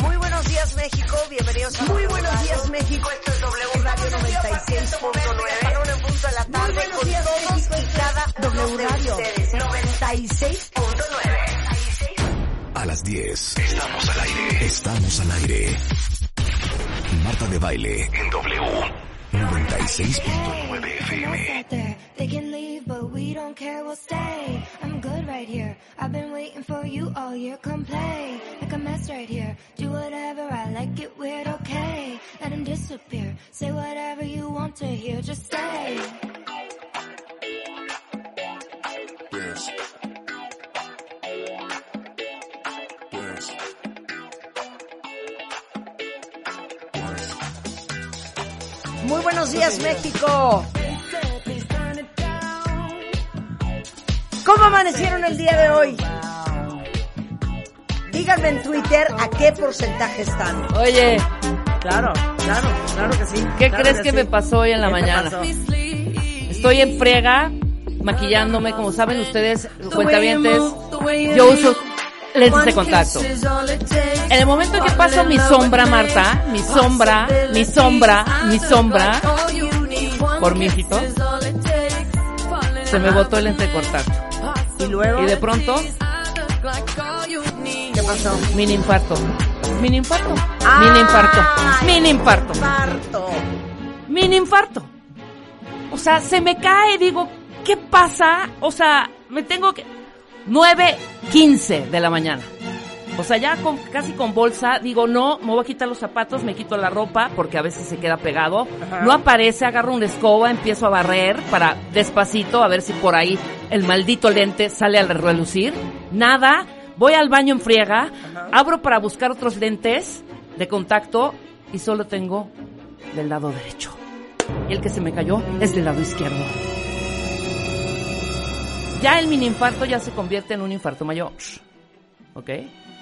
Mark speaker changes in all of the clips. Speaker 1: Muy buenos días México, bienvenidos a
Speaker 2: Muy buenos días México,
Speaker 1: esto es W Radio 96.9, una en punto de la
Speaker 2: Muy
Speaker 1: tarde
Speaker 2: buenos
Speaker 1: con
Speaker 2: días,
Speaker 1: todos
Speaker 2: México.
Speaker 1: y cada
Speaker 2: W
Speaker 1: uno de
Speaker 2: Radio
Speaker 1: ustedes.
Speaker 2: 96.
Speaker 3: A las 10. Estamos al aire. Estamos al aire. Marta de baile en W. 96.9 FM.
Speaker 4: They can leave, but we don't care, we'll stay. I'm good right here. I've been waiting for you all year. Come play. Make a mess right here. Do whatever I like, it weird, okay. Let him disappear. Say whatever you want to hear, just say.
Speaker 1: Muy buenos días México. ¿Cómo amanecieron el día de hoy? Díganme en Twitter a qué porcentaje están.
Speaker 5: Oye,
Speaker 1: Claro, claro, claro que sí.
Speaker 5: ¿qué
Speaker 1: claro
Speaker 5: crees que, me
Speaker 1: sí.
Speaker 5: pasó hoy en la
Speaker 1: ¿Qué te
Speaker 5: mañana?
Speaker 1: pasó?
Speaker 5: Estoy en prega, maquillándome, como saben ustedes, cuentavientes. Yo uso lentes de contacto. En el momento que paso mi sombra, Marta, mi sombra, mi sombra, mi sombra, por mi hijito, se me botó el lente de contacto.
Speaker 1: Y luego,
Speaker 5: Y de pronto,
Speaker 1: ¿qué pasó?
Speaker 5: mini infarto. Mini infarto.
Speaker 1: Ay.
Speaker 5: Mini infarto. Mini infarto.
Speaker 1: Parto.
Speaker 5: mini infarto. O sea, se me cae, digo, ¿qué pasa? O sea, me tengo que... 9.15 de la mañana. O sea, ya con, casi con bolsa, digo, no, me voy a quitar los zapatos, me quito la ropa, porque a veces se queda pegado.
Speaker 1: Ajá.
Speaker 5: No aparece, agarro una escoba, empiezo a barrer para despacito, a ver si por ahí el maldito lente sale al relucir. Nada, voy al baño en friega, abro para buscar otros lentes de contacto y solo tengo del lado derecho. Y el que se me cayó es del lado izquierdo. Ya el mini infarto ya se convierte en un infarto mayor. ¿Ok?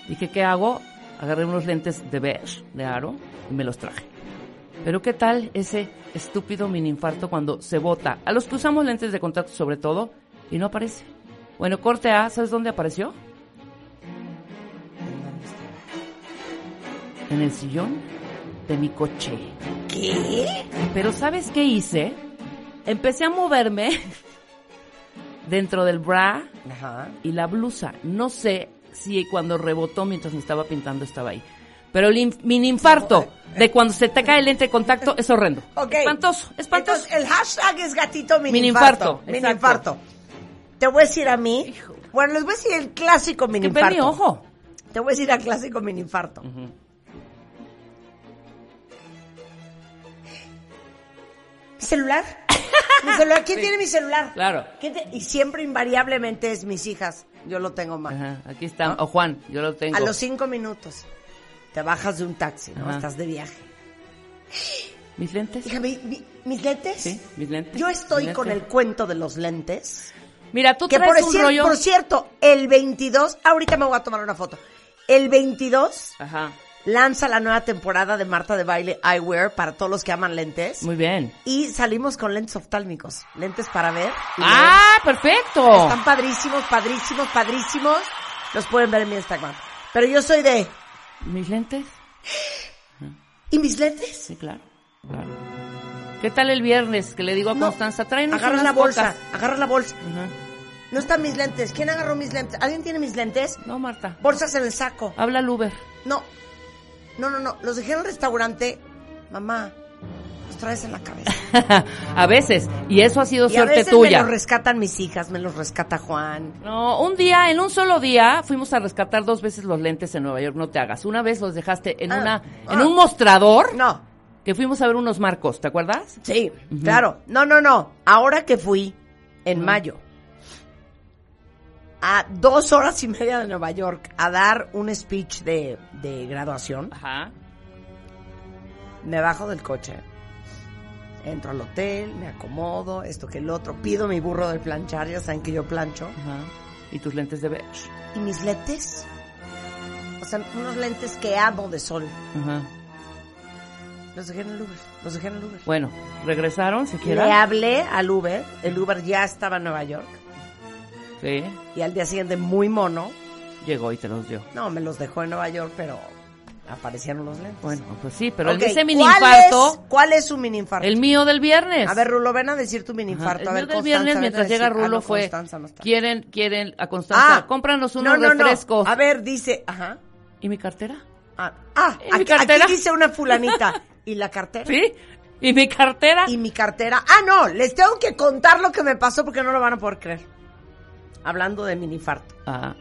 Speaker 5: Dije, ¿qué hago? Agarré unos lentes de ver, de aro, y me los traje. Pero ¿qué tal ese estúpido mini infarto cuando se bota? A los que usamos lentes de contacto sobre todo y no aparece. Bueno, corte A, ¿sabes dónde apareció? En el sillón de mi coche. ¿Qué? Pero ¿sabes qué hice? Empecé a moverme dentro del bra
Speaker 1: Ajá.
Speaker 5: y la blusa. No sé si cuando rebotó mientras me estaba pintando estaba ahí. Pero el in- mini infarto de cuando se te cae el lente de contacto es horrendo.
Speaker 1: Ok.
Speaker 5: Espantoso, espantoso.
Speaker 1: Entonces, el hashtag es gatito
Speaker 5: Mininfarto,
Speaker 1: mininfarto.
Speaker 5: exacto.
Speaker 1: Mininfarto. Te voy a decir a mí. Bueno, les voy a decir el clásico
Speaker 5: que ve mi
Speaker 1: mininfarto.
Speaker 5: ojo.
Speaker 1: Te voy a decir el clásico mininfarto. ¿Mi celular? ¿Mi celular? ¿Quién tiene mi celular?
Speaker 5: Claro.
Speaker 1: ¿Quién te- Y siempre invariablemente es mis hijas. Yo lo tengo mal.
Speaker 5: Ajá, aquí está. O Juan, yo lo tengo.
Speaker 1: Ah. A los cinco minutos te bajas de un taxi, ¿no?
Speaker 5: Ajá.
Speaker 1: Estás de viaje.
Speaker 5: ¿Mis lentes?
Speaker 1: Hija, mi- mi- ¿mis lentes?
Speaker 5: Sí, mis lentes.
Speaker 1: Yo estoy
Speaker 5: Mis
Speaker 1: con el
Speaker 5: lentes.
Speaker 1: cuento de los lentes.
Speaker 5: Mira, tú
Speaker 1: Que por,
Speaker 5: traes un
Speaker 1: cier-
Speaker 5: rollo...
Speaker 1: por cierto, el 22, ahorita me voy a tomar una foto. El 22
Speaker 5: Ajá,
Speaker 1: lanza la nueva temporada de Marta de Baile Eyewear para todos los que aman lentes.
Speaker 5: muy bien.
Speaker 1: Y salimos con lentes oftálmicos, lentes para ver. y leer.
Speaker 5: ¡Ah, perfecto!
Speaker 1: Están padrísimos, padrísimos, padrísimos. Los pueden ver en mi Instagram. Pero yo soy de...
Speaker 5: ¿Mis lentes?
Speaker 1: ¿Y mis lentes?
Speaker 5: Sí, claro. claro. ¿Qué tal el viernes? Que le digo a
Speaker 1: No.
Speaker 5: Constanza, traen
Speaker 1: Agarra la bolsa, agarra la bolsa.
Speaker 5: Ajá.
Speaker 1: No están mis lentes. ¿Quién agarró mis lentes? ¿Alguien tiene mis lentes?
Speaker 5: No, Marta.
Speaker 1: Bolsas en el saco.
Speaker 5: Habla al Uber.
Speaker 1: No. No, no, no. Los dejé en el restaurante. Mamá, los traes en la cabeza.
Speaker 5: a veces. Y eso ha sido
Speaker 1: y a
Speaker 5: suerte
Speaker 1: veces me
Speaker 5: tuya.
Speaker 1: los rescatan mis hijas, me los rescata Juan.
Speaker 5: No, un día, en un solo día, fuimos a rescatar dos veces los lentes en Nueva York. No te hagas. Una vez los dejaste en
Speaker 1: Ah,
Speaker 5: una, en
Speaker 1: ah.
Speaker 5: un mostrador
Speaker 1: No.
Speaker 5: que fuimos a ver unos marcos. ¿Te acuerdas?
Speaker 1: Sí, claro. No, no, no. Ahora que fui en mayo. a dos horas y media de Nueva York a dar un speech de, de graduación.
Speaker 5: Ajá.
Speaker 1: Me bajo del coche. Entro al hotel, me acomodo, esto que el otro. Pido mi burro de planchar, ya saben que yo plancho.
Speaker 5: Ajá. Y tus lentes de ver.
Speaker 1: Y mis lentes. O sea, unos lentes que amo de sol.
Speaker 5: Ajá.
Speaker 1: Los dejé en el Uber. Los dejé en el Uber.
Speaker 5: Bueno, regresaron, se
Speaker 1: Le
Speaker 5: quieran.
Speaker 1: hablé al Uber. El Uber ya estaba en Nueva York.
Speaker 5: Sí.
Speaker 1: Y al día siguiente, muy mono.
Speaker 5: Llegó y te los dio.
Speaker 1: No, me los dejó en Nueva York, pero aparecieron los lentes.
Speaker 5: Bueno, pues sí, pero
Speaker 1: Ok,
Speaker 5: el ese mini
Speaker 1: ¿cuál
Speaker 5: infarto,
Speaker 1: es- ¿Cuál es su mini infarto?
Speaker 5: el mío del viernes.
Speaker 1: A ver, Rulo, ven a decir tu mini
Speaker 5: Ajá,
Speaker 1: infarto.
Speaker 5: el
Speaker 1: a
Speaker 5: mío
Speaker 1: ver,
Speaker 5: del
Speaker 1: Constanza,
Speaker 5: viernes
Speaker 1: ven a
Speaker 5: mientras llega
Speaker 1: decir- ah,
Speaker 5: Rulo
Speaker 1: no,
Speaker 5: fue,
Speaker 1: Constanza no está.
Speaker 5: quieren, quieren, a Constanza, cómpranos unos
Speaker 1: Ah, no, no, no.
Speaker 5: refrescos.
Speaker 1: A ver, dice, ajá.
Speaker 5: ¿Y mi cartera?
Speaker 1: Ah, ah,
Speaker 5: ¿Y mi
Speaker 1: aquí,
Speaker 5: cartera?
Speaker 1: aquí dice una fulanita. ¿Y la cartera?
Speaker 5: ¿Sí? ¿Y mi cartera?
Speaker 1: Y mi cartera. Ah, no, les tengo que contar lo que me pasó porque no lo van a poder creer. Hablando de mini infarto.
Speaker 5: Ah,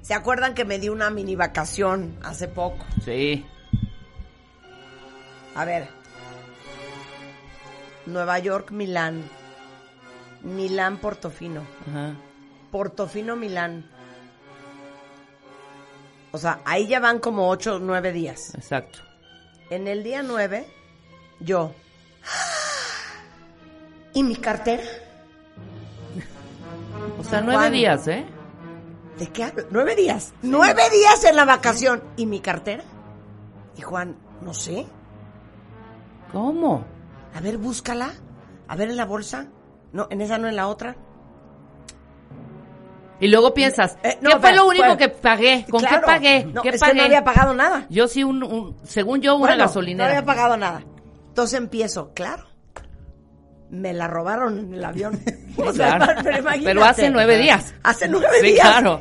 Speaker 1: ¿Se acuerdan que me di una mini vacación hace poco?
Speaker 5: sí.
Speaker 1: A ver. Nueva York, Milán. Milán, Portofino.
Speaker 5: Ajá.
Speaker 1: Portofino, Milán. O sea, ahí ya van como ocho o nueve días.
Speaker 5: Exacto.
Speaker 1: En el día 9, yo. ¿Y mi cartera?
Speaker 5: O sea, nueve
Speaker 1: ¿Cuándo?
Speaker 5: días, ¿eh?
Speaker 1: ¿De qué hablo? Nueve días. Nueve días en la vacación. ¿Y mi cartera? Y Juan, no sé.
Speaker 5: ¿Cómo?
Speaker 1: A ver, búscala. A ver en la bolsa. No, en esa no, en la otra.
Speaker 5: Y luego piensas,
Speaker 1: Eh, no,
Speaker 5: ¿qué fue
Speaker 1: espera,
Speaker 5: lo único
Speaker 1: bueno.
Speaker 5: que pagué? ¿Con
Speaker 1: Claro.
Speaker 5: qué pagué?
Speaker 1: No,
Speaker 5: ¿Qué
Speaker 1: es
Speaker 5: pagué?
Speaker 1: que no había pagado nada.
Speaker 5: Yo sí, un, un- según yo, una
Speaker 1: Bueno,
Speaker 5: gasolinera.
Speaker 1: No había pagado nada. Entonces empiezo, claro. Me la robaron en el avión. O sea,
Speaker 5: claro.
Speaker 1: pero imagínate.
Speaker 5: Pero hace nueve días.
Speaker 1: Hace nueve
Speaker 5: Sí,
Speaker 1: días.
Speaker 5: claro.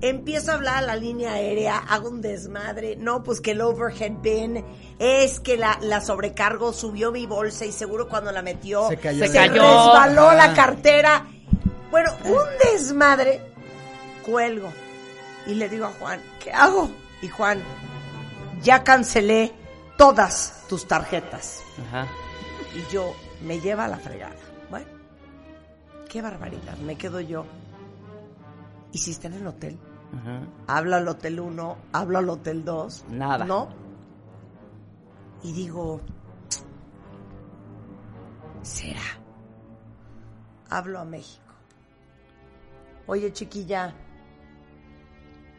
Speaker 1: Empiezo a hablar a la línea aérea, hago un desmadre. No, pues que el overhead bin es que la, la sobrecargo subió mi bolsa y seguro cuando la metió
Speaker 6: Se cayó Ah.
Speaker 5: Se cayó.
Speaker 1: resbaló la
Speaker 6: Ajá.
Speaker 1: cartera. Bueno, un desmadre. Cuelgo y le digo a Juan, ¿qué hago? Y Juan, ya cancelé todas tus tarjetas.
Speaker 5: Ajá.
Speaker 1: Y yo, me lleva a la fregada. Bueno, qué barbaridad, me quedo yo. ¿Y si está en el hotel?
Speaker 5: Ajá.
Speaker 1: Hablo al hotel 1, hablo al hotel 2.
Speaker 5: Nada.
Speaker 1: ¿No? Y digo, será. Hablo a México. Oye, chiquilla,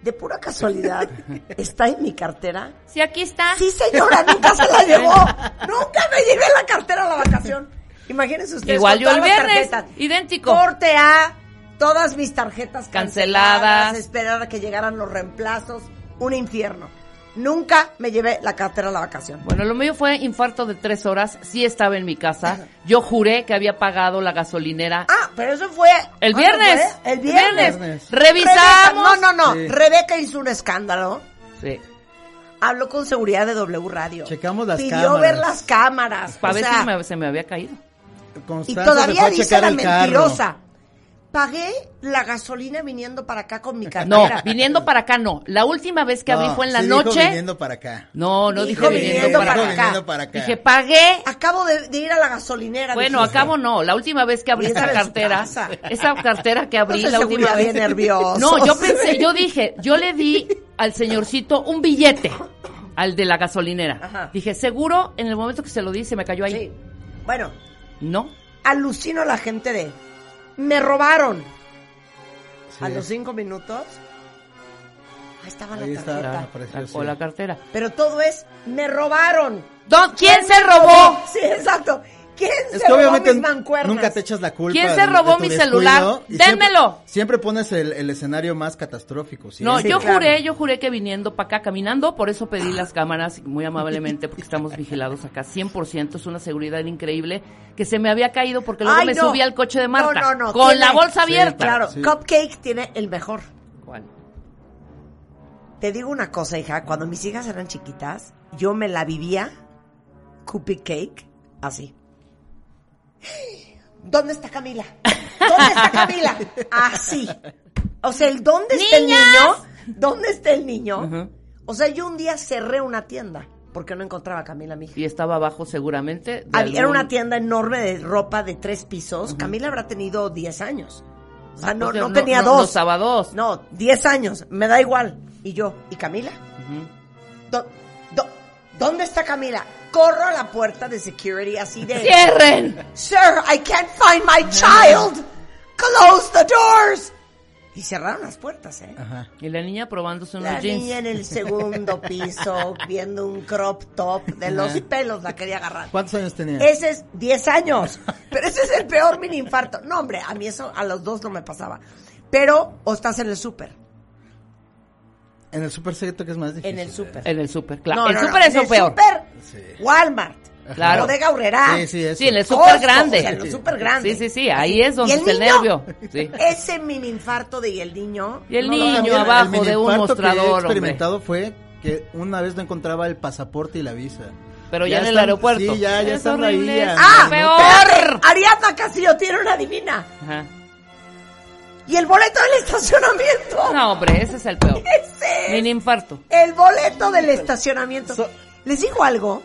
Speaker 1: de pura casualidad, ¿está en mi cartera?
Speaker 5: Sí, aquí está.
Speaker 1: Sí, señora, nunca se la llevó. Nunca me llevé la cartera a la vacación. Imagínense ustedes.
Speaker 5: Igual
Speaker 1: con
Speaker 5: yo el
Speaker 1: todas las
Speaker 5: viernes,
Speaker 1: tarjetas.
Speaker 5: idéntico.
Speaker 1: Corte A, todas mis tarjetas canceladas.
Speaker 5: Canceladas.
Speaker 1: Esperar a que llegaran los reemplazos. Un infierno. Nunca me llevé la cartera a la vacación.
Speaker 5: Bueno, lo mío fue infarto de tres horas. Sí estaba en mi casa. Yo juré que había pagado la gasolinera.
Speaker 1: Ah, pero eso fue.
Speaker 5: el,
Speaker 1: ¿cuándo
Speaker 5: viernes,
Speaker 1: fue? El viernes.
Speaker 6: viernes.
Speaker 1: Rebeca-
Speaker 5: Revisamos.
Speaker 1: No, no, no.
Speaker 6: Sí.
Speaker 1: Rebeca hizo un escándalo.
Speaker 5: Sí.
Speaker 1: Habló con seguridad de W Radio.
Speaker 6: Checamos las
Speaker 1: Pidió
Speaker 6: cámaras.
Speaker 1: ver las cámaras.
Speaker 5: Pues, Para
Speaker 1: o
Speaker 5: ver
Speaker 1: sea,
Speaker 5: si me- se me había caído.
Speaker 1: Y
Speaker 6: Constanza se
Speaker 1: todavía
Speaker 6: fue a
Speaker 1: dice
Speaker 6: checar
Speaker 1: la
Speaker 6: el carro.
Speaker 1: mentirosa. Pagué la gasolina viniendo para acá con mi
Speaker 5: No,
Speaker 1: cartera.
Speaker 5: viniendo para acá no. La última vez que abrí
Speaker 6: No,
Speaker 5: fue en la
Speaker 6: sí dijo
Speaker 5: noche.
Speaker 6: viniendo para acá.
Speaker 5: No, no
Speaker 1: Dijo
Speaker 5: dije
Speaker 1: viniendo
Speaker 5: viniendo para
Speaker 1: para
Speaker 6: Dijo
Speaker 5: acá.
Speaker 1: acá.
Speaker 6: viniendo para acá.
Speaker 5: Dije, pagué.
Speaker 1: Acabo de, de ir a la gasolinera.
Speaker 5: Bueno,
Speaker 1: dijiste.
Speaker 5: acabo no. La última vez que abrí
Speaker 1: Y esa
Speaker 5: esa
Speaker 1: era su
Speaker 5: cartera,
Speaker 1: casa.
Speaker 5: esa cartera que abrí
Speaker 1: Entonces,
Speaker 5: la
Speaker 1: seguro
Speaker 5: última
Speaker 1: bien
Speaker 5: vez.
Speaker 1: nervioso.
Speaker 5: No, yo pensé, yo dije, yo le di al señorcito un billete, al de la gasolinera.
Speaker 1: Ajá.
Speaker 5: Dije, seguro en el momento que se lo di se me cayó ahí.
Speaker 1: Sí. Bueno,
Speaker 5: No.
Speaker 1: alucino a la gente de. Me robaron.
Speaker 6: Sí.
Speaker 1: A los cinco minutos. Ahí estaba
Speaker 6: Ahí
Speaker 1: la
Speaker 6: está.
Speaker 1: tarjeta.
Speaker 6: Ah, apareció,
Speaker 5: o
Speaker 6: sí.
Speaker 5: la cartera.
Speaker 1: Pero todo es. Me robaron.
Speaker 5: Don- ¿Quién se robó?
Speaker 1: Sí, exacto. ¿Quién se
Speaker 6: Es que
Speaker 1: robó
Speaker 6: obviamente
Speaker 1: mis mancuernas?
Speaker 6: nunca te echas la culpa.
Speaker 5: ¿Quién se
Speaker 6: de- de
Speaker 5: robó
Speaker 6: tu
Speaker 5: mi
Speaker 6: descuido
Speaker 5: celular?
Speaker 6: y siempre-
Speaker 5: ¡Dénmelo!
Speaker 6: Siempre, pones el, el escenario más catastrófico. ¿sí?
Speaker 5: No,
Speaker 1: Sí,
Speaker 5: yo
Speaker 1: claro.
Speaker 5: juré, yo juré que viniendo para acá caminando, por eso pedí las cámaras muy amablemente, porque estamos vigilados acá 100%, es una seguridad increíble, que se me había caído porque luego
Speaker 1: Ay,
Speaker 5: me
Speaker 1: no.
Speaker 5: subí al coche de Marta,
Speaker 1: No, no, no,
Speaker 5: con
Speaker 1: tiene-
Speaker 5: la bolsa
Speaker 6: Sí,
Speaker 5: abierta.
Speaker 1: Claro,
Speaker 6: Sí.
Speaker 1: Cupcake tiene el mejor.
Speaker 5: ¿Cuál?
Speaker 1: Te digo una cosa, hija, cuando mis hijas eran chiquitas, yo me la vivía cupcake cake así. ¿Dónde está Camila? ¿Dónde está Camila? Así. O sea, el dónde está el niño, dónde está el niño.
Speaker 5: Ujú.
Speaker 1: O sea, yo un día cerré una tienda porque no encontraba a Camila, mi hija.
Speaker 5: Y estaba abajo seguramente. de
Speaker 1: Había
Speaker 5: algún-
Speaker 1: una tienda enorme de ropa de tres pisos. Camila habrá tenido 10 años. O sea, no,
Speaker 5: Porque
Speaker 1: no tenía
Speaker 5: No
Speaker 1: dos.
Speaker 5: usaba dos.
Speaker 1: No, 10 años, me da igual. Y yo, ¿y Camila?
Speaker 5: Ujú.
Speaker 1: ¿Dó- dó- ¿Dónde está Camila? Corro a la puerta de security así de...
Speaker 5: ¡Cierren!
Speaker 1: Sir, I can't find my child. Close the doors. Y cerraron las puertas, ¿eh?
Speaker 6: Ajá.
Speaker 5: Y la niña probándose unos
Speaker 1: La
Speaker 5: jeans.
Speaker 1: niña en el segundo piso viendo un crop top de los pelos la quería agarrar.
Speaker 6: ¿Cuántos años tenía?
Speaker 1: Ese es 10 años. Pero ese es el peor mini infarto. No, hombre, a mí eso a los dos no me pasaba. Pero, o estás en el súper.
Speaker 6: En el super secreto que es más difícil.
Speaker 1: En el súper.
Speaker 5: En el súper, claro.
Speaker 1: No,
Speaker 5: el
Speaker 1: no, no,
Speaker 5: súper es
Speaker 1: en
Speaker 5: lo peor.
Speaker 1: súper,
Speaker 6: Sí.
Speaker 1: Walmart.
Speaker 5: Claro.
Speaker 1: Bodega Aurrera.
Speaker 6: Sí, sí, eso.
Speaker 5: Sí, en el
Speaker 1: Costco,
Speaker 5: súper grande.
Speaker 1: o sea, en el súper grande.
Speaker 5: Sí, sí, sí, ahí es donde
Speaker 1: Y el
Speaker 5: está el
Speaker 1: niño.
Speaker 5: nervio. Sí.
Speaker 1: Ese mini infarto de y el niño.
Speaker 5: Y el
Speaker 6: No, no, a mí
Speaker 5: niño
Speaker 6: el- el
Speaker 5: abajo de un
Speaker 6: mini-infarto Que yo he
Speaker 5: mostrador, hombre.
Speaker 6: experimentado fue que una vez no encontraba el pasaporte y la visa.
Speaker 5: Pero ya, en el
Speaker 6: están-
Speaker 5: aeropuerto.
Speaker 6: Sí, ya, ya
Speaker 5: Es
Speaker 6: están ahí.
Speaker 5: horrible,
Speaker 6: ya,
Speaker 5: es
Speaker 1: ¡Ah!
Speaker 6: ¿no?
Speaker 5: peor.
Speaker 1: espérate, Ariadna Castillo tiene una divina.
Speaker 5: Ajá.
Speaker 1: Y el boleto del estacionamiento.
Speaker 5: No, hombre, ese es el peor.
Speaker 1: Ese es
Speaker 5: Mini infarto.
Speaker 1: el boleto del estacionamiento.
Speaker 6: So-
Speaker 1: Les digo algo.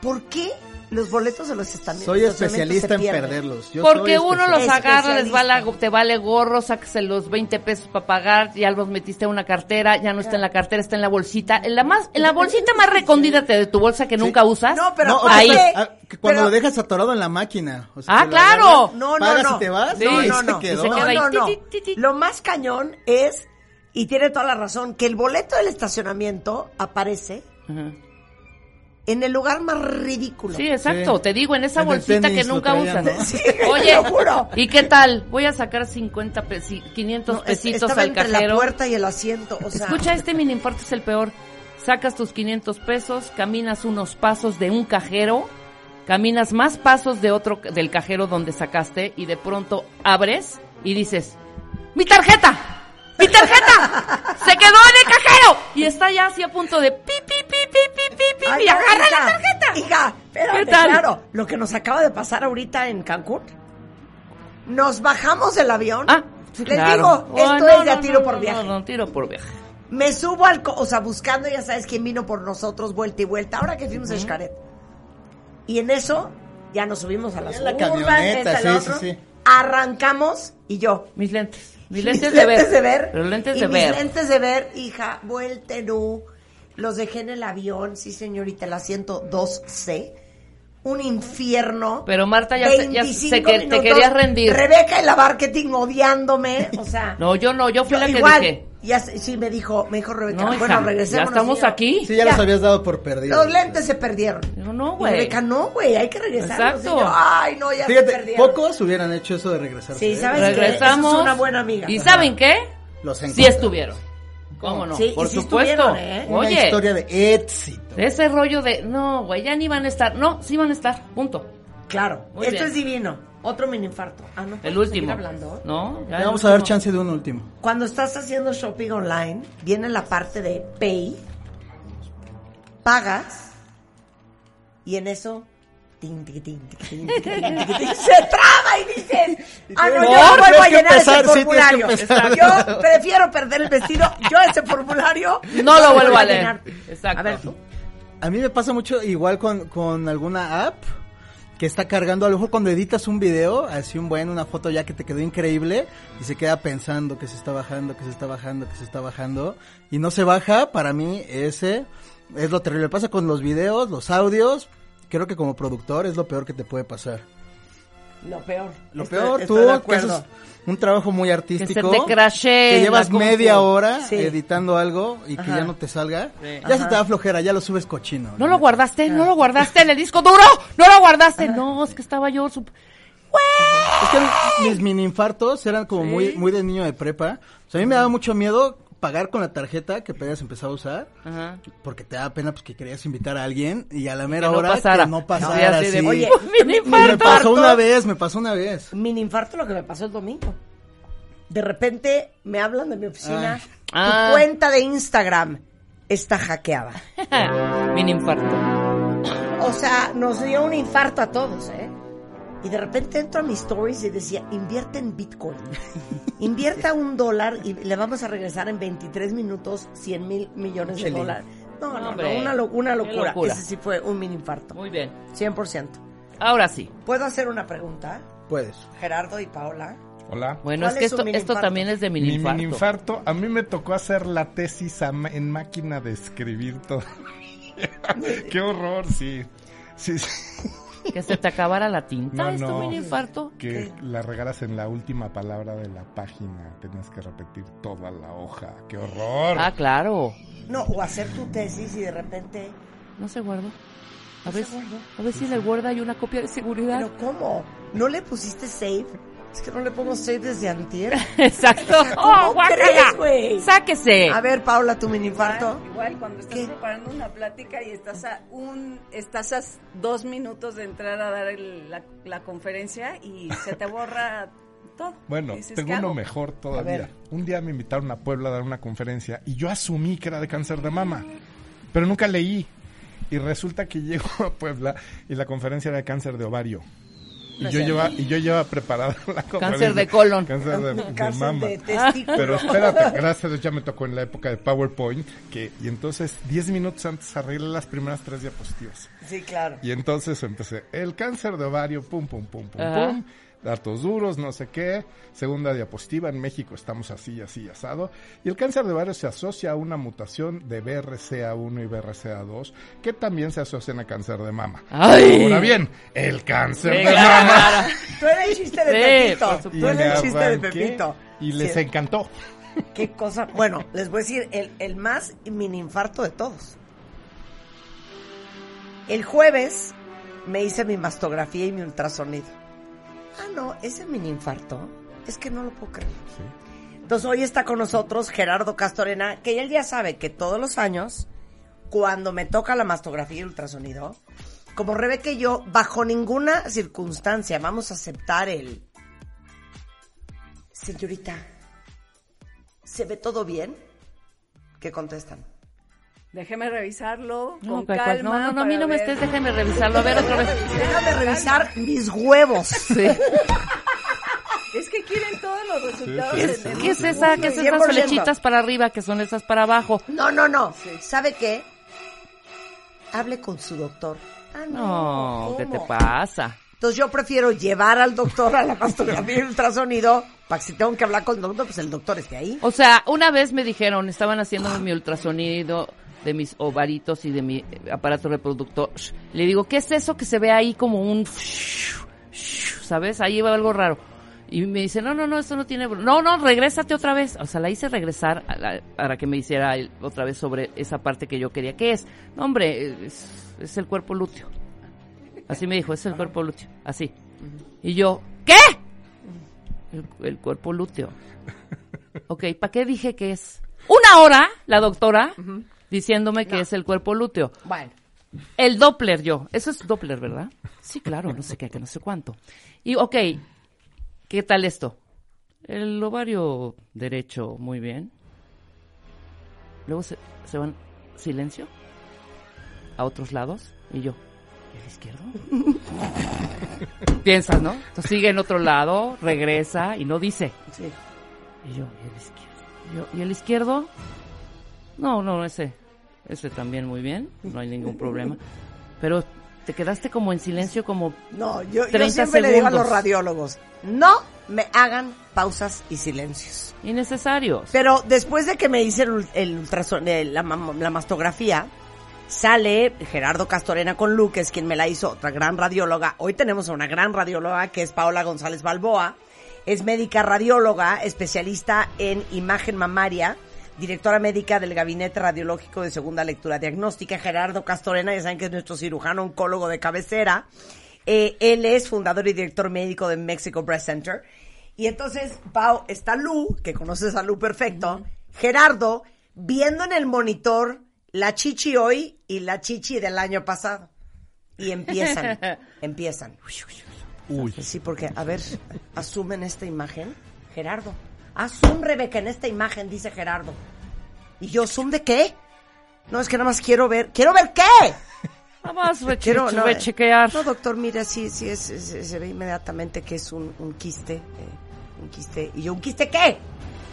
Speaker 1: ¿Por qué los boletos de los estam- estacionamientos?
Speaker 6: Soy especialista
Speaker 1: se
Speaker 6: en
Speaker 1: pierden?
Speaker 6: perderlos. Yo
Speaker 5: Porque
Speaker 6: soy
Speaker 5: uno los
Speaker 6: especialista.
Speaker 5: agarra, les vale,
Speaker 1: Especialista.
Speaker 5: te vale gorro, sacas los 20 pesos para pagar, ya los metiste a una cartera, ya no está en la cartera, está en la bolsita. En la más, en la bolsita más recóndítate de tu bolsa que nunca usas.
Speaker 1: No, pero
Speaker 6: No, o sea,
Speaker 5: ahí.
Speaker 1: aparte-
Speaker 6: ah, que cuando
Speaker 1: Pero-
Speaker 6: lo dejas atorado en la máquina. o sea,
Speaker 5: Ah,
Speaker 6: que lo
Speaker 5: claro.
Speaker 6: agarras,
Speaker 1: No, no,
Speaker 6: pagas
Speaker 1: no.
Speaker 6: y te vas.
Speaker 5: Sí.
Speaker 1: No,
Speaker 6: y
Speaker 1: no,
Speaker 6: se
Speaker 1: no.
Speaker 6: quedó.
Speaker 5: Y se queda ahí.
Speaker 1: No, no, no.
Speaker 5: Ti, ti, ti, ti.
Speaker 1: Lo más cañón es, y tiene toda la razón, que el boleto del estacionamiento aparece
Speaker 5: Ajá.
Speaker 1: en el lugar más ridículo.
Speaker 5: Sí, exacto,
Speaker 6: Sí.
Speaker 5: te digo, en esa
Speaker 6: En el
Speaker 5: bolsita
Speaker 6: tenis
Speaker 5: que
Speaker 6: lo
Speaker 5: nunca
Speaker 6: traían,
Speaker 5: usas.
Speaker 6: ¿no?
Speaker 1: Sí,
Speaker 5: Oye,
Speaker 1: te lo juro.
Speaker 5: ¿y qué tal? Voy a sacar 50 pesi- 500
Speaker 1: No, es-
Speaker 5: pesitos
Speaker 1: estaba
Speaker 5: al
Speaker 1: entre la
Speaker 5: cajero.
Speaker 1: puerta y el asiento. O sea,
Speaker 5: Escucha, este mini infarto es el peor. Sacas tus 500 pesos, caminas unos pasos de un cajero, caminas más pasos de otro del cajero donde sacaste y de pronto abres y dices, "Mi tarjeta! ¡Mi tarjeta! ¡Se quedó en el cajero!" Y está ya así a punto de pi pi pi pi pi pi, pi
Speaker 1: Ay,
Speaker 5: y
Speaker 1: no,
Speaker 5: agarra
Speaker 1: hija,
Speaker 5: la tarjeta.
Speaker 1: Hija, espérate,
Speaker 5: ¿Qué tal?
Speaker 1: claro. Lo que nos acaba de pasar ahorita en Cancún. Nos bajamos del avión.
Speaker 5: Ah,
Speaker 1: Les
Speaker 5: claro.
Speaker 1: digo, esto
Speaker 5: Ay, no,
Speaker 1: es de a
Speaker 5: no,
Speaker 1: tiro
Speaker 5: no,
Speaker 1: por
Speaker 5: no,
Speaker 1: viaje.
Speaker 5: no, no, tiro por viaje.
Speaker 1: Me subo al... co- O sea, buscando, ya sabes quién vino por nosotros, vuelta y vuelta. Ahora que fuimos a Xcaret. Y en eso, ya nos subimos a la
Speaker 6: Ya la
Speaker 1: Suburban,
Speaker 6: camioneta,
Speaker 1: este, el
Speaker 6: sí,
Speaker 1: otro.
Speaker 6: sí, sí.
Speaker 1: Arrancamos y yo...
Speaker 5: Mis lentes. Mis
Speaker 1: Mis
Speaker 5: lentes de ver.
Speaker 1: lentes de ver.
Speaker 5: Pero lentes
Speaker 1: Y
Speaker 5: de ver.
Speaker 1: Mis lentes de ver, hija, vuelte no. Los dejé en el avión, sí señorita, el asiento 2C. Un infierno.
Speaker 5: Pero, Marta, ya se- ya se-
Speaker 1: 25
Speaker 5: que- te
Speaker 1: minutos.
Speaker 5: querías rendir.
Speaker 1: Rebeca en la marketing odiándome, o sea.
Speaker 5: No, yo no, yo fui
Speaker 1: yo
Speaker 5: la que
Speaker 1: igual,
Speaker 5: dije.
Speaker 1: ya sé- sí me dijo, me dijo Rebeca,
Speaker 5: No,
Speaker 1: bueno,
Speaker 5: hija, ya
Speaker 1: regresemos.
Speaker 5: estamos aquí.
Speaker 6: Sí, ya,
Speaker 1: Ya.
Speaker 6: los habías dado por perdidos.
Speaker 1: Los lentes se perdieron.
Speaker 5: Yo, no,
Speaker 1: Y
Speaker 5: güey.
Speaker 1: Rebeca, no, güey, hay que regresar.
Speaker 5: Exacto.
Speaker 1: Ay, no, ya se
Speaker 6: Fíjate,
Speaker 1: perdieron.
Speaker 6: pocos hubieran hecho eso de regresar.
Speaker 1: Sí, ¿sabes qué?
Speaker 5: Regresamos.
Speaker 1: Esa es una buena amiga.
Speaker 5: ¿Y saben qué?
Speaker 6: Los
Speaker 5: Sí
Speaker 6: encontramos.
Speaker 5: estuvieron. ¿Cómo no?
Speaker 1: Sí, y
Speaker 5: Por
Speaker 1: sí
Speaker 5: supuesto.
Speaker 1: estuvieron, ¿eh?
Speaker 6: Una
Speaker 5: Oye,
Speaker 6: historia de éxito.
Speaker 5: ese rollo de, no, güey, ya ni van a estar. No, sí van a estar, punto.
Speaker 1: Claro,
Speaker 5: Muy
Speaker 1: esto
Speaker 5: bien.
Speaker 1: es divino. Otro mini infarto. Ah, no.
Speaker 5: El
Speaker 1: ¿puedo seguir
Speaker 5: último.
Speaker 1: hablando?
Speaker 5: ¿No? Ya
Speaker 6: Le
Speaker 5: el
Speaker 6: vamos a dar
Speaker 5: último.
Speaker 6: chance de un último.
Speaker 1: Cuando estás haciendo shopping online, viene la parte de pay, pagas y en eso tin, tiqui, tin, tiqui, tin, tiqui, tin, tiqui, tin, se traba y dices, ah no, yo no
Speaker 6: Por,
Speaker 1: vuelvo a
Speaker 6: tienes que
Speaker 1: llenar
Speaker 6: empezar,
Speaker 1: ese
Speaker 6: sí, tienes que
Speaker 1: formulario.
Speaker 6: empezar.
Speaker 1: yo prefiero perder el vestido, yo ese formulario
Speaker 5: No lo vuelvo a
Speaker 1: llenar.
Speaker 5: leer. Exacto.
Speaker 1: A ver tú.
Speaker 6: A mí me pasa mucho igual con, con alguna app que está cargando, a lo mejor cuando editas un video, así un buen, una foto ya que te quedó increíble, y se queda pensando que se está bajando, que se está bajando, que se está bajando, y no se baja, para mí ese es lo terrible. Pasa con los videos, los audios, creo que como productor es lo peor que te puede pasar.
Speaker 1: Lo peor.
Speaker 6: Lo
Speaker 1: Estoy-
Speaker 6: peor,
Speaker 1: estoy de
Speaker 6: tú pues, que
Speaker 1: acuerdo.
Speaker 6: haces un trabajo muy artístico.
Speaker 5: te crashee
Speaker 6: que
Speaker 5: la
Speaker 6: llevas
Speaker 5: compu.
Speaker 6: media hora
Speaker 1: Sí.
Speaker 6: editando algo y que
Speaker 1: Ajá.
Speaker 6: ya no te salga.
Speaker 5: Sí.
Speaker 6: Ya se te da flojera, ya lo subes cochino.
Speaker 5: ¿No
Speaker 6: la
Speaker 5: lo
Speaker 6: neta.
Speaker 5: guardaste? ¿No
Speaker 1: Ah.
Speaker 5: lo guardaste en el disco duro? ¿No lo guardaste? No, es que estaba yo... sup-
Speaker 6: Es que mis mini infartos eran como muy, muy de niño de prepa. O sea, a mí me daba mucho miedo pagar con la tarjeta que apenas empezaba a usar.
Speaker 5: Ajá.
Speaker 6: Porque te daba pena pues, que querías invitar a alguien y a la mera
Speaker 5: que no
Speaker 6: hora
Speaker 5: pasara.
Speaker 6: que no
Speaker 5: Sí,
Speaker 6: pasara
Speaker 5: así de,
Speaker 6: así.
Speaker 5: oye,
Speaker 6: Y
Speaker 5: mini
Speaker 6: me
Speaker 5: infarto.
Speaker 6: pasó una vez, me pasó una vez.
Speaker 1: mini infarto lo que me pasó el domingo. De repente me hablan de mi oficina, tu
Speaker 5: Ah.
Speaker 1: cuenta de Instagram está hackeada.
Speaker 5: Mini infarto.
Speaker 1: O sea, nos dio un infarto a todos, ¿eh? Y de repente entro a mis stories y decía, invierte en Bitcoin. Invierta un dólar y le vamos a regresar en 23 minutos 100 mil millones de
Speaker 6: Chelín.
Speaker 1: dólares. No, no, no,
Speaker 5: Hombre,
Speaker 1: una, lo- una
Speaker 5: qué
Speaker 1: locura.
Speaker 5: locura.
Speaker 1: Ese sí fue un mini infarto.
Speaker 5: Muy bien.
Speaker 1: 100%.
Speaker 5: Ahora sí.
Speaker 1: ¿Puedo hacer una pregunta?
Speaker 6: Puedes.
Speaker 1: Gerardo y Paola.
Speaker 7: Hola.
Speaker 5: Bueno, es
Speaker 1: ¿Cuál
Speaker 5: que
Speaker 1: es su
Speaker 5: esto,
Speaker 1: mini
Speaker 5: esto
Speaker 1: infarto?
Speaker 5: también es de
Speaker 7: Mi
Speaker 5: mini infarto.
Speaker 7: mini infarto, a mí me tocó hacer la tesis a ma- en máquina de escribir todo. Qué horror, sí. Sí, sí.
Speaker 5: Que se te acabara la tinta.
Speaker 7: No,
Speaker 5: ¿Es tu
Speaker 7: no.
Speaker 5: mini infarto?
Speaker 7: Que la regaras en la última palabra de la página. Tenías que repetir toda la hoja. Qué horror.
Speaker 5: Ah, claro.
Speaker 1: No, o hacer tu tesis y de repente.
Speaker 5: No se guardó. A
Speaker 1: No se
Speaker 5: ver,
Speaker 1: guardó.
Speaker 5: a ver si en el Word hay una copia de seguridad.
Speaker 1: ¿Pero cómo? ¿No le pusiste save? Es que no le pongo save desde antier.
Speaker 5: Exacto.
Speaker 1: ¿Cómo
Speaker 5: ¡Oh, guácala!
Speaker 1: crees, güey?
Speaker 5: ¡Sáquese!
Speaker 1: A ver, Paula, tu mini infarto.
Speaker 8: Igual cuando estás
Speaker 1: ¿Qué?
Speaker 8: preparando una plática y estás a un estás a s- dos minutos de entrar a dar el- la, la conferencia y se te borra todo.
Speaker 7: Bueno,
Speaker 8: Dices,
Speaker 7: tengo
Speaker 8: "¿Qué
Speaker 7: uno
Speaker 8: hago?".
Speaker 7: mejor
Speaker 1: A
Speaker 7: todavía.
Speaker 1: ver.
Speaker 7: Un día me invitaron a Puebla a dar una conferencia y yo asumí que era de cáncer de mama, pero nunca leí. Y resulta que llego a Puebla y la conferencia era de cáncer de ovario. Y yo llevaba, y yo llevaba preparada la conferencia.
Speaker 5: de colon.
Speaker 7: Cáncer de, de
Speaker 1: Cáncer
Speaker 7: mama.
Speaker 1: de testículo.
Speaker 7: Pero espérate, gracias a Dios ya me tocó en la época de PowerPoint. Que, y entonces, 10 minutos antes arreglé las primeras tres diapositivas.
Speaker 1: Sí, claro.
Speaker 7: Y entonces empecé, el cáncer de ovario, pum, pum, pum, pum,
Speaker 5: Ajá.
Speaker 7: pum, datos duros, no sé qué, segunda diapositiva, en México estamos así, así, asado, y el cáncer de ovario se asocia a una mutación de BRCA1 y BRCA2, que también se asocian a cáncer de mama.
Speaker 5: ¡Ay!
Speaker 7: Ahora bien, el cáncer
Speaker 5: Sí,
Speaker 7: de
Speaker 5: claro,
Speaker 7: mama.
Speaker 5: claro.
Speaker 1: Tú eres el chiste de
Speaker 5: Sí, por
Speaker 1: Pepito.
Speaker 5: supuesto.
Speaker 1: Tú eres el
Speaker 7: me
Speaker 1: chiste de
Speaker 7: arranqué
Speaker 1: Pepito.
Speaker 7: Y les
Speaker 1: Sí.
Speaker 7: encantó.
Speaker 1: Qué cosa. Bueno, les voy a decir el, el más mini infarto de todos. El jueves me hice mi mastografía y mi ultrasonido. Ah, no, ese mini infarto es que no lo puedo creer. Entonces hoy está con nosotros Gerardo Castorena, que él ya sabe que todos los años, cuando me toca la mastografía y el ultrasonido, como Rebeca y yo, bajo ninguna circunstancia vamos a aceptar el... Señorita, ¿se ve todo bien? ¿Qué contestan?
Speaker 8: Déjeme revisarlo
Speaker 5: No,
Speaker 8: con
Speaker 5: cual, cual.
Speaker 8: calma.
Speaker 5: no, no, no, a mí
Speaker 8: para
Speaker 5: no me
Speaker 8: ver.
Speaker 5: estés, déjame revisarlo. A ver otra vez.
Speaker 1: Déjame revisar mis huevos.
Speaker 8: Es que quieren todos los resultados.
Speaker 7: sí,
Speaker 8: en
Speaker 7: sí.
Speaker 8: el-
Speaker 5: ¿Qué es esa? ¿Qué es esas
Speaker 1: 100%.
Speaker 5: flechitas para arriba que son esas para abajo?
Speaker 1: No, no, no. ¿Sabe qué? Hable con su doctor. Ah,
Speaker 5: No, ¿qué te
Speaker 1: ¿cómo?
Speaker 5: pasa?
Speaker 1: Entonces yo prefiero llevar al doctor a la mastografía y ultrasonido para que si tengo que hablar con el doctor, pues el doctor esté ahí.
Speaker 5: O sea, una vez me dijeron, estaban haciendo mi ultrasonido de mis ovaritos y de mi eh, aparato reproductor. Le digo, ¿qué es eso que se ve ahí como un... ¿Sabes? Ahí va algo raro. Y me dice, no, no, no, eso no tiene... bro- No, no, regrésate otra vez. O sea, la hice regresar a la- para que me hiciera el- otra vez sobre esa parte que yo quería. ¿Qué es? No, hombre, es, es el cuerpo lúteo. Así me dijo, es el cuerpo lúteo. Así. Y yo, ¿qué? El, el cuerpo lúteo. Ok, ¿para qué dije que es? Una hora, la doctora, diciéndome que es el cuerpo lúteo.
Speaker 1: Bueno.
Speaker 5: El Doppler, yo. Eso es Doppler, ¿verdad? Sí, claro, no sé qué, que no sé cuánto. Y, ok, ¿qué tal esto? El ovario derecho, muy bien. Luego se, se van, silencio, a otros lados, y yo, ¿y el izquierdo? Piensas, ¿no? Entonces sigue en otro lado, regresa y no dice.
Speaker 1: Sí.
Speaker 5: Y yo, ¿y el izquierdo? Y yo, ¿y el izquierdo? No, no, ese. Ese también muy bien, no hay ningún problema. Pero te quedaste como en silencio, como...
Speaker 1: No, yo, yo
Speaker 5: 30
Speaker 1: siempre le digo a
Speaker 5: segundos.
Speaker 1: los radiólogos, no me hagan pausas y silencios.
Speaker 5: innecesarios.
Speaker 1: Pero después de que me hice el, ul- el ultrason- eh, la, mam- la mastografía, sale Gerardo Castorena con Luke, que es quien me la hizo, otra gran radióloga. Hoy tenemos a una gran radióloga que es Paola González Balboa. Es médica radióloga, especialista en imagen mamaria, directora médica del Gabinete Radiológico de Segunda Lectura Diagnóstica. Gerardo Castorena, ya saben que es nuestro cirujano oncólogo de cabecera. Eh, él es fundador y director médico de Mexico Breast Center. Y entonces, Pau, está Lu, que conoces a Lu perfecto, Gerardo, viendo en el monitor la chichi hoy y la chichi del año pasado. Y empiezan, empiezan.
Speaker 7: Uy,
Speaker 1: Sí, porque, a ver, asumen esta imagen, Gerardo. Ah, zoom, Rebeca, en esta imagen, dice Gerardo. ¿Y yo, zoom de qué? No, es que nada más quiero ver, ¿quiero ver qué?
Speaker 5: Nada más reche-
Speaker 1: Quiero no, eh,
Speaker 5: rechequear.
Speaker 1: No, doctor, mira, sí, sí, es- es- se ve inmediatamente que es un, un quiste. eh, un quiste. ¿Y yo, un quiste qué?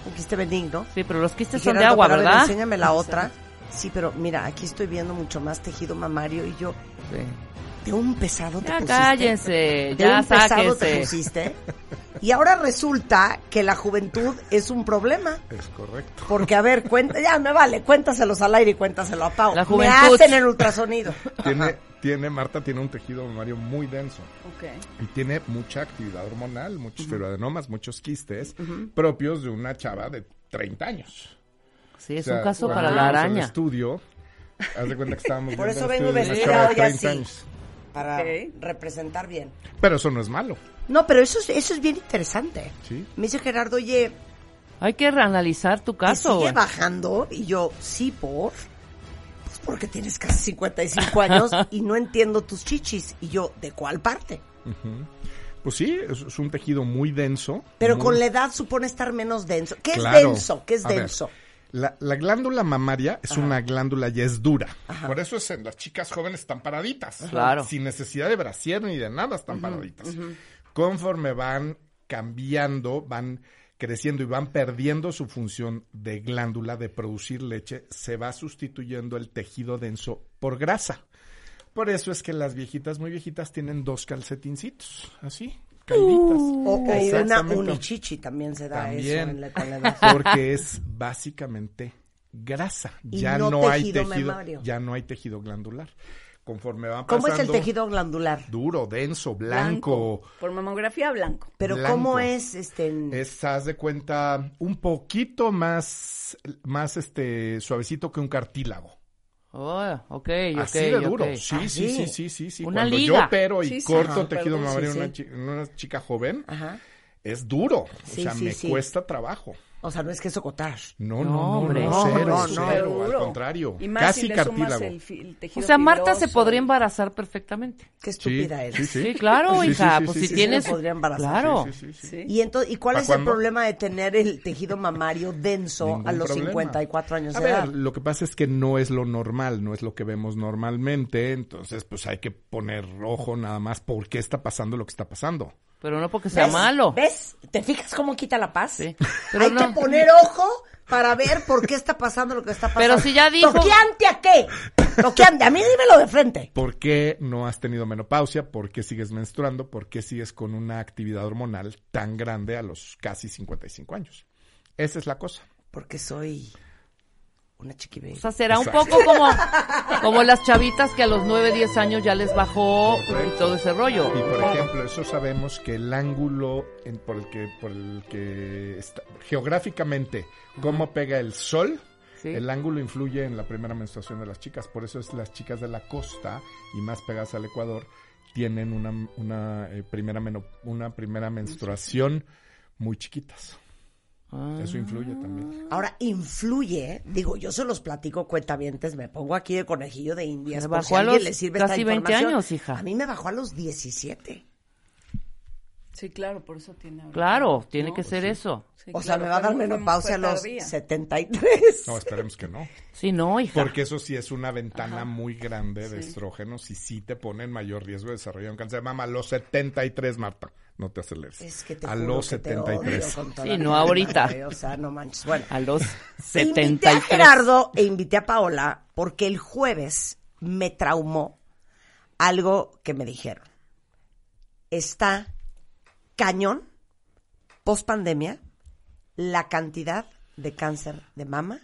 Speaker 1: Un quiste benigno.
Speaker 5: Sí, pero los quistes son
Speaker 1: Dijeron,
Speaker 5: de agua,
Speaker 1: "Doctor, a ver,
Speaker 5: ¿verdad?
Speaker 1: enséñame la otra. Sí, pero mira, aquí estoy viendo mucho más tejido mamario y yo,
Speaker 5: Sí.
Speaker 1: de un pesado te
Speaker 5: Ya
Speaker 1: pusiste.
Speaker 5: cállense,
Speaker 1: De
Speaker 5: ya
Speaker 1: un pesado te
Speaker 5: sáquense.
Speaker 1: pusiste. Y ahora resulta que la juventud es un problema.
Speaker 7: Es correcto.
Speaker 1: Porque, a ver, cuenta, ya me vale, cuéntaselos al aire y cuéntaselo a Pau.
Speaker 5: La
Speaker 1: me
Speaker 5: juventud.
Speaker 1: hacen el ultrasonido.
Speaker 7: Tiene, tiene, Marta tiene un tejido mamario muy denso.
Speaker 8: Ok.
Speaker 7: Y tiene mucha actividad hormonal, muchos fibroadenomas, muchos quistes propios de una chava de 30 años.
Speaker 5: Sí, es
Speaker 7: O sea,
Speaker 5: un caso
Speaker 7: cuando
Speaker 5: para la
Speaker 7: íbamos al
Speaker 5: araña.
Speaker 7: estudio, haz de cuenta que estábamos
Speaker 1: Por
Speaker 7: viendo
Speaker 1: eso
Speaker 7: el
Speaker 1: vengo
Speaker 7: estudio de una
Speaker 1: vestida
Speaker 7: chava de
Speaker 1: hoy
Speaker 7: 30
Speaker 1: así.
Speaker 7: años.
Speaker 1: Para
Speaker 8: Ok.
Speaker 1: representar bien.
Speaker 7: Pero eso no es malo.
Speaker 1: No, pero eso es, eso es bien interesante.
Speaker 7: Sí.
Speaker 1: Me dice Gerardo, oye,
Speaker 5: Hay que analizar tu
Speaker 1: ¿te
Speaker 5: caso.
Speaker 1: sigue
Speaker 5: güey.
Speaker 1: bajando? Y yo, sí, ¿por? Pues porque tienes casi 55 años y no entiendo tus chichis. Y yo, ¿de cuál parte?
Speaker 7: Ujú. Pues sí, es, es un tejido muy denso.
Speaker 1: Pero
Speaker 7: muy-
Speaker 1: con la edad supone estar menos denso. ¿Qué
Speaker 7: Mm. Claro.
Speaker 1: es denso? ¿Qué es
Speaker 7: A ver,
Speaker 1: denso?
Speaker 7: La, la glándula mamaria es una glándula ya es dura. Por eso es en las chicas jóvenes están paraditas.
Speaker 5: Claro.
Speaker 7: Sin necesidad de brasier ni de nada están paraditas. Conforme van cambiando, van creciendo y van perdiendo su función de glándula de producir leche, se va sustituyendo el tejido denso por grasa. Por eso es que las viejitas muy viejitas tienen dos calcetincitos, así, calditas.
Speaker 1: O, o una
Speaker 7: Exactamente.
Speaker 1: unichichi también se da eso en
Speaker 7: También,
Speaker 1: la, con la edad.
Speaker 7: porque es básicamente grasa.
Speaker 1: Y
Speaker 7: Ya
Speaker 1: no
Speaker 7: no, hay
Speaker 1: tejido
Speaker 7: tejido,
Speaker 1: mamario.
Speaker 7: ya no hay tejido glandular. Conforme va
Speaker 1: ¿Cómo es el
Speaker 7: pasando,
Speaker 1: tejido glandular?
Speaker 7: Duro, denso, blanco.
Speaker 8: Por mamografía, blanco.
Speaker 1: Pero
Speaker 7: Blanco.
Speaker 1: ¿cómo es este? en-
Speaker 7: Es, haz de cuenta, un poquito más, más este, suavecito que un cartílago.
Speaker 5: Oh, ok, ok.
Speaker 7: Así de duro.
Speaker 5: ok.
Speaker 1: Ah,
Speaker 7: Sí, sí, sí, sí, sí, sí.
Speaker 5: Una
Speaker 7: Cuando
Speaker 5: liga.
Speaker 7: yo opero y
Speaker 8: Sí, sí.
Speaker 7: corto
Speaker 8: Ajá,
Speaker 7: tejido
Speaker 8: perdón,
Speaker 7: mamario en
Speaker 1: sí,
Speaker 7: una, chi- en una chica joven, es duro. O
Speaker 1: Sí,
Speaker 7: sea,
Speaker 1: sí,
Speaker 7: me
Speaker 1: sí.
Speaker 7: cuesta trabajo.
Speaker 1: O sea, no es que eso cotage.
Speaker 5: No,
Speaker 7: No, no, no,
Speaker 5: hombre.
Speaker 7: no, cero,
Speaker 1: No, no,
Speaker 7: cero,
Speaker 8: no.
Speaker 7: al contrario,
Speaker 8: Y más
Speaker 7: casi
Speaker 8: si le sumas
Speaker 7: cartílago.
Speaker 8: el fi- el
Speaker 5: O
Speaker 8: tejido
Speaker 5: sea, Marta se
Speaker 8: fibroso.
Speaker 5: podría embarazar perfectamente.
Speaker 1: Qué estúpida
Speaker 7: sí,
Speaker 1: eres.
Speaker 7: sí,
Speaker 5: Sí, claro,
Speaker 7: Sí, sí,
Speaker 5: hija.
Speaker 7: sí,
Speaker 5: pues
Speaker 7: sí,
Speaker 5: si
Speaker 7: sí,
Speaker 5: tienes.
Speaker 1: sí, lo podría embarazar.
Speaker 5: claro.
Speaker 7: Sí, sí, sí, sí.
Speaker 1: ¿Y, ento- ¿Y cuál
Speaker 7: ¿Pa'
Speaker 1: es el
Speaker 7: cuándo?
Speaker 1: problema de tener el tejido mamario denso
Speaker 7: Ningún
Speaker 1: a los
Speaker 7: problema.
Speaker 1: 54 años
Speaker 7: A
Speaker 1: de
Speaker 7: ver,
Speaker 1: edad?
Speaker 7: lo que pasa es que no es lo normal, no es lo que vemos normalmente, entonces pues hay que poner ojo nada más por qué está pasando lo que está pasando.
Speaker 5: Pero no porque sea malo.
Speaker 1: ¿Ves? ¿Te fijas cómo quita la paz?
Speaker 5: Sí, pero
Speaker 1: Hay
Speaker 5: no.
Speaker 1: que poner ojo para ver por qué está pasando lo que está pasando.
Speaker 5: Pero si ya dijo-
Speaker 1: ¿Toqueante a qué? ¿Toqueante? A mí dímelo de frente.
Speaker 7: ¿Por qué no has tenido menopausia? ¿Por qué sigues menstruando? ¿Por qué sigues con una actividad hormonal tan grande a los casi 55 años? Esa es la cosa.
Speaker 1: Porque soy una chiquibé.
Speaker 5: O sea, será un poco como, como las chavitas que a los 9, 10 años ya les bajó y todo ese rollo.
Speaker 7: Y por ejemplo, eso sabemos que el ángulo en- por el que, por el que está- geográficamente, cómo pega el sol,
Speaker 5: Sí.
Speaker 7: el ángulo influye en la primera menstruación de las chicas. Por eso es las chicas de la costa y más pegadas al Ecuador tienen una, una, eh, primera, meno- una primera menstruación muy chiquitas. Eso influye también.
Speaker 1: Ahora, influye, ¿eh? digo, yo se los platico cuentavientes, me pongo aquí de conejillo de indias.
Speaker 5: Me
Speaker 1: por
Speaker 5: bajó
Speaker 1: si
Speaker 5: a
Speaker 1: alguien
Speaker 5: los
Speaker 1: le sirve
Speaker 5: casi
Speaker 1: esta
Speaker 5: 20
Speaker 1: información.
Speaker 5: años, hija.
Speaker 1: A mí me bajó a los 17.
Speaker 8: Sí, claro, por eso tiene ahora.
Speaker 5: Claro, tiene
Speaker 8: ¿No? pues
Speaker 5: que ser eso.
Speaker 8: Sí,
Speaker 1: O sea,
Speaker 8: claro,
Speaker 1: me va a
Speaker 8: pero
Speaker 1: dar
Speaker 8: fue-
Speaker 1: menopausia
Speaker 8: fue
Speaker 1: a los
Speaker 8: tardía.
Speaker 1: 73.
Speaker 7: No, esperemos que no.
Speaker 5: Sí, no, hija.
Speaker 7: Porque eso sí es una ventana muy grande de estrógenos y sí te pone en mayor riesgo de desarrollar un cáncer de mama a los 73, Marta. No te aceleres.
Speaker 1: Es que te
Speaker 7: a
Speaker 1: juro
Speaker 7: los
Speaker 1: que te odio
Speaker 7: 73.
Speaker 1: con toda
Speaker 5: Sí,
Speaker 1: mi
Speaker 5: no
Speaker 1: alma,
Speaker 5: ahorita.
Speaker 1: güey, O sea, no manches. Bueno,
Speaker 5: A los
Speaker 1: Invité a
Speaker 5: 73.
Speaker 1: Gerardo e invité a Paola porque el jueves me traumó algo que me dijeron. Está cañón, post pandemia, la cantidad de cáncer de mama.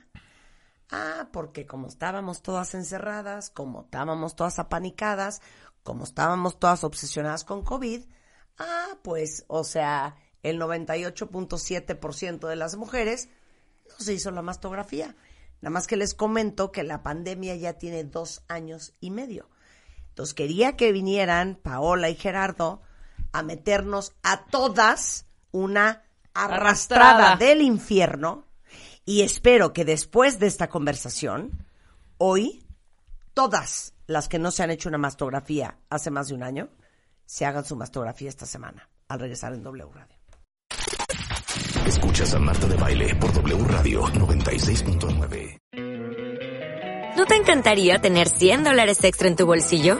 Speaker 1: Ah, porque como estábamos todas encerradas, como estábamos todas apanicadas, como estábamos todas obsesionadas con COVID, ah, pues, o sea, el 98.7% de las mujeres no se hizo la mastografía. Nada más que les comento que la pandemia ya tiene dos años y medio. Entonces quería que vinieran Paola y Gerardo a meternos a todas una arrastrada,
Speaker 5: Arrastrada.
Speaker 1: del infierno y espero que después de esta conversación, hoy, todas las que no se han hecho una mastografía hace más de un año, se hagan su mastografía esta semana al regresar en W Radio.
Speaker 3: Escuchas a Marta de Baile por W Radio 96.9.
Speaker 9: ¿No te encantaría tener 100 dólares extra en tu bolsillo?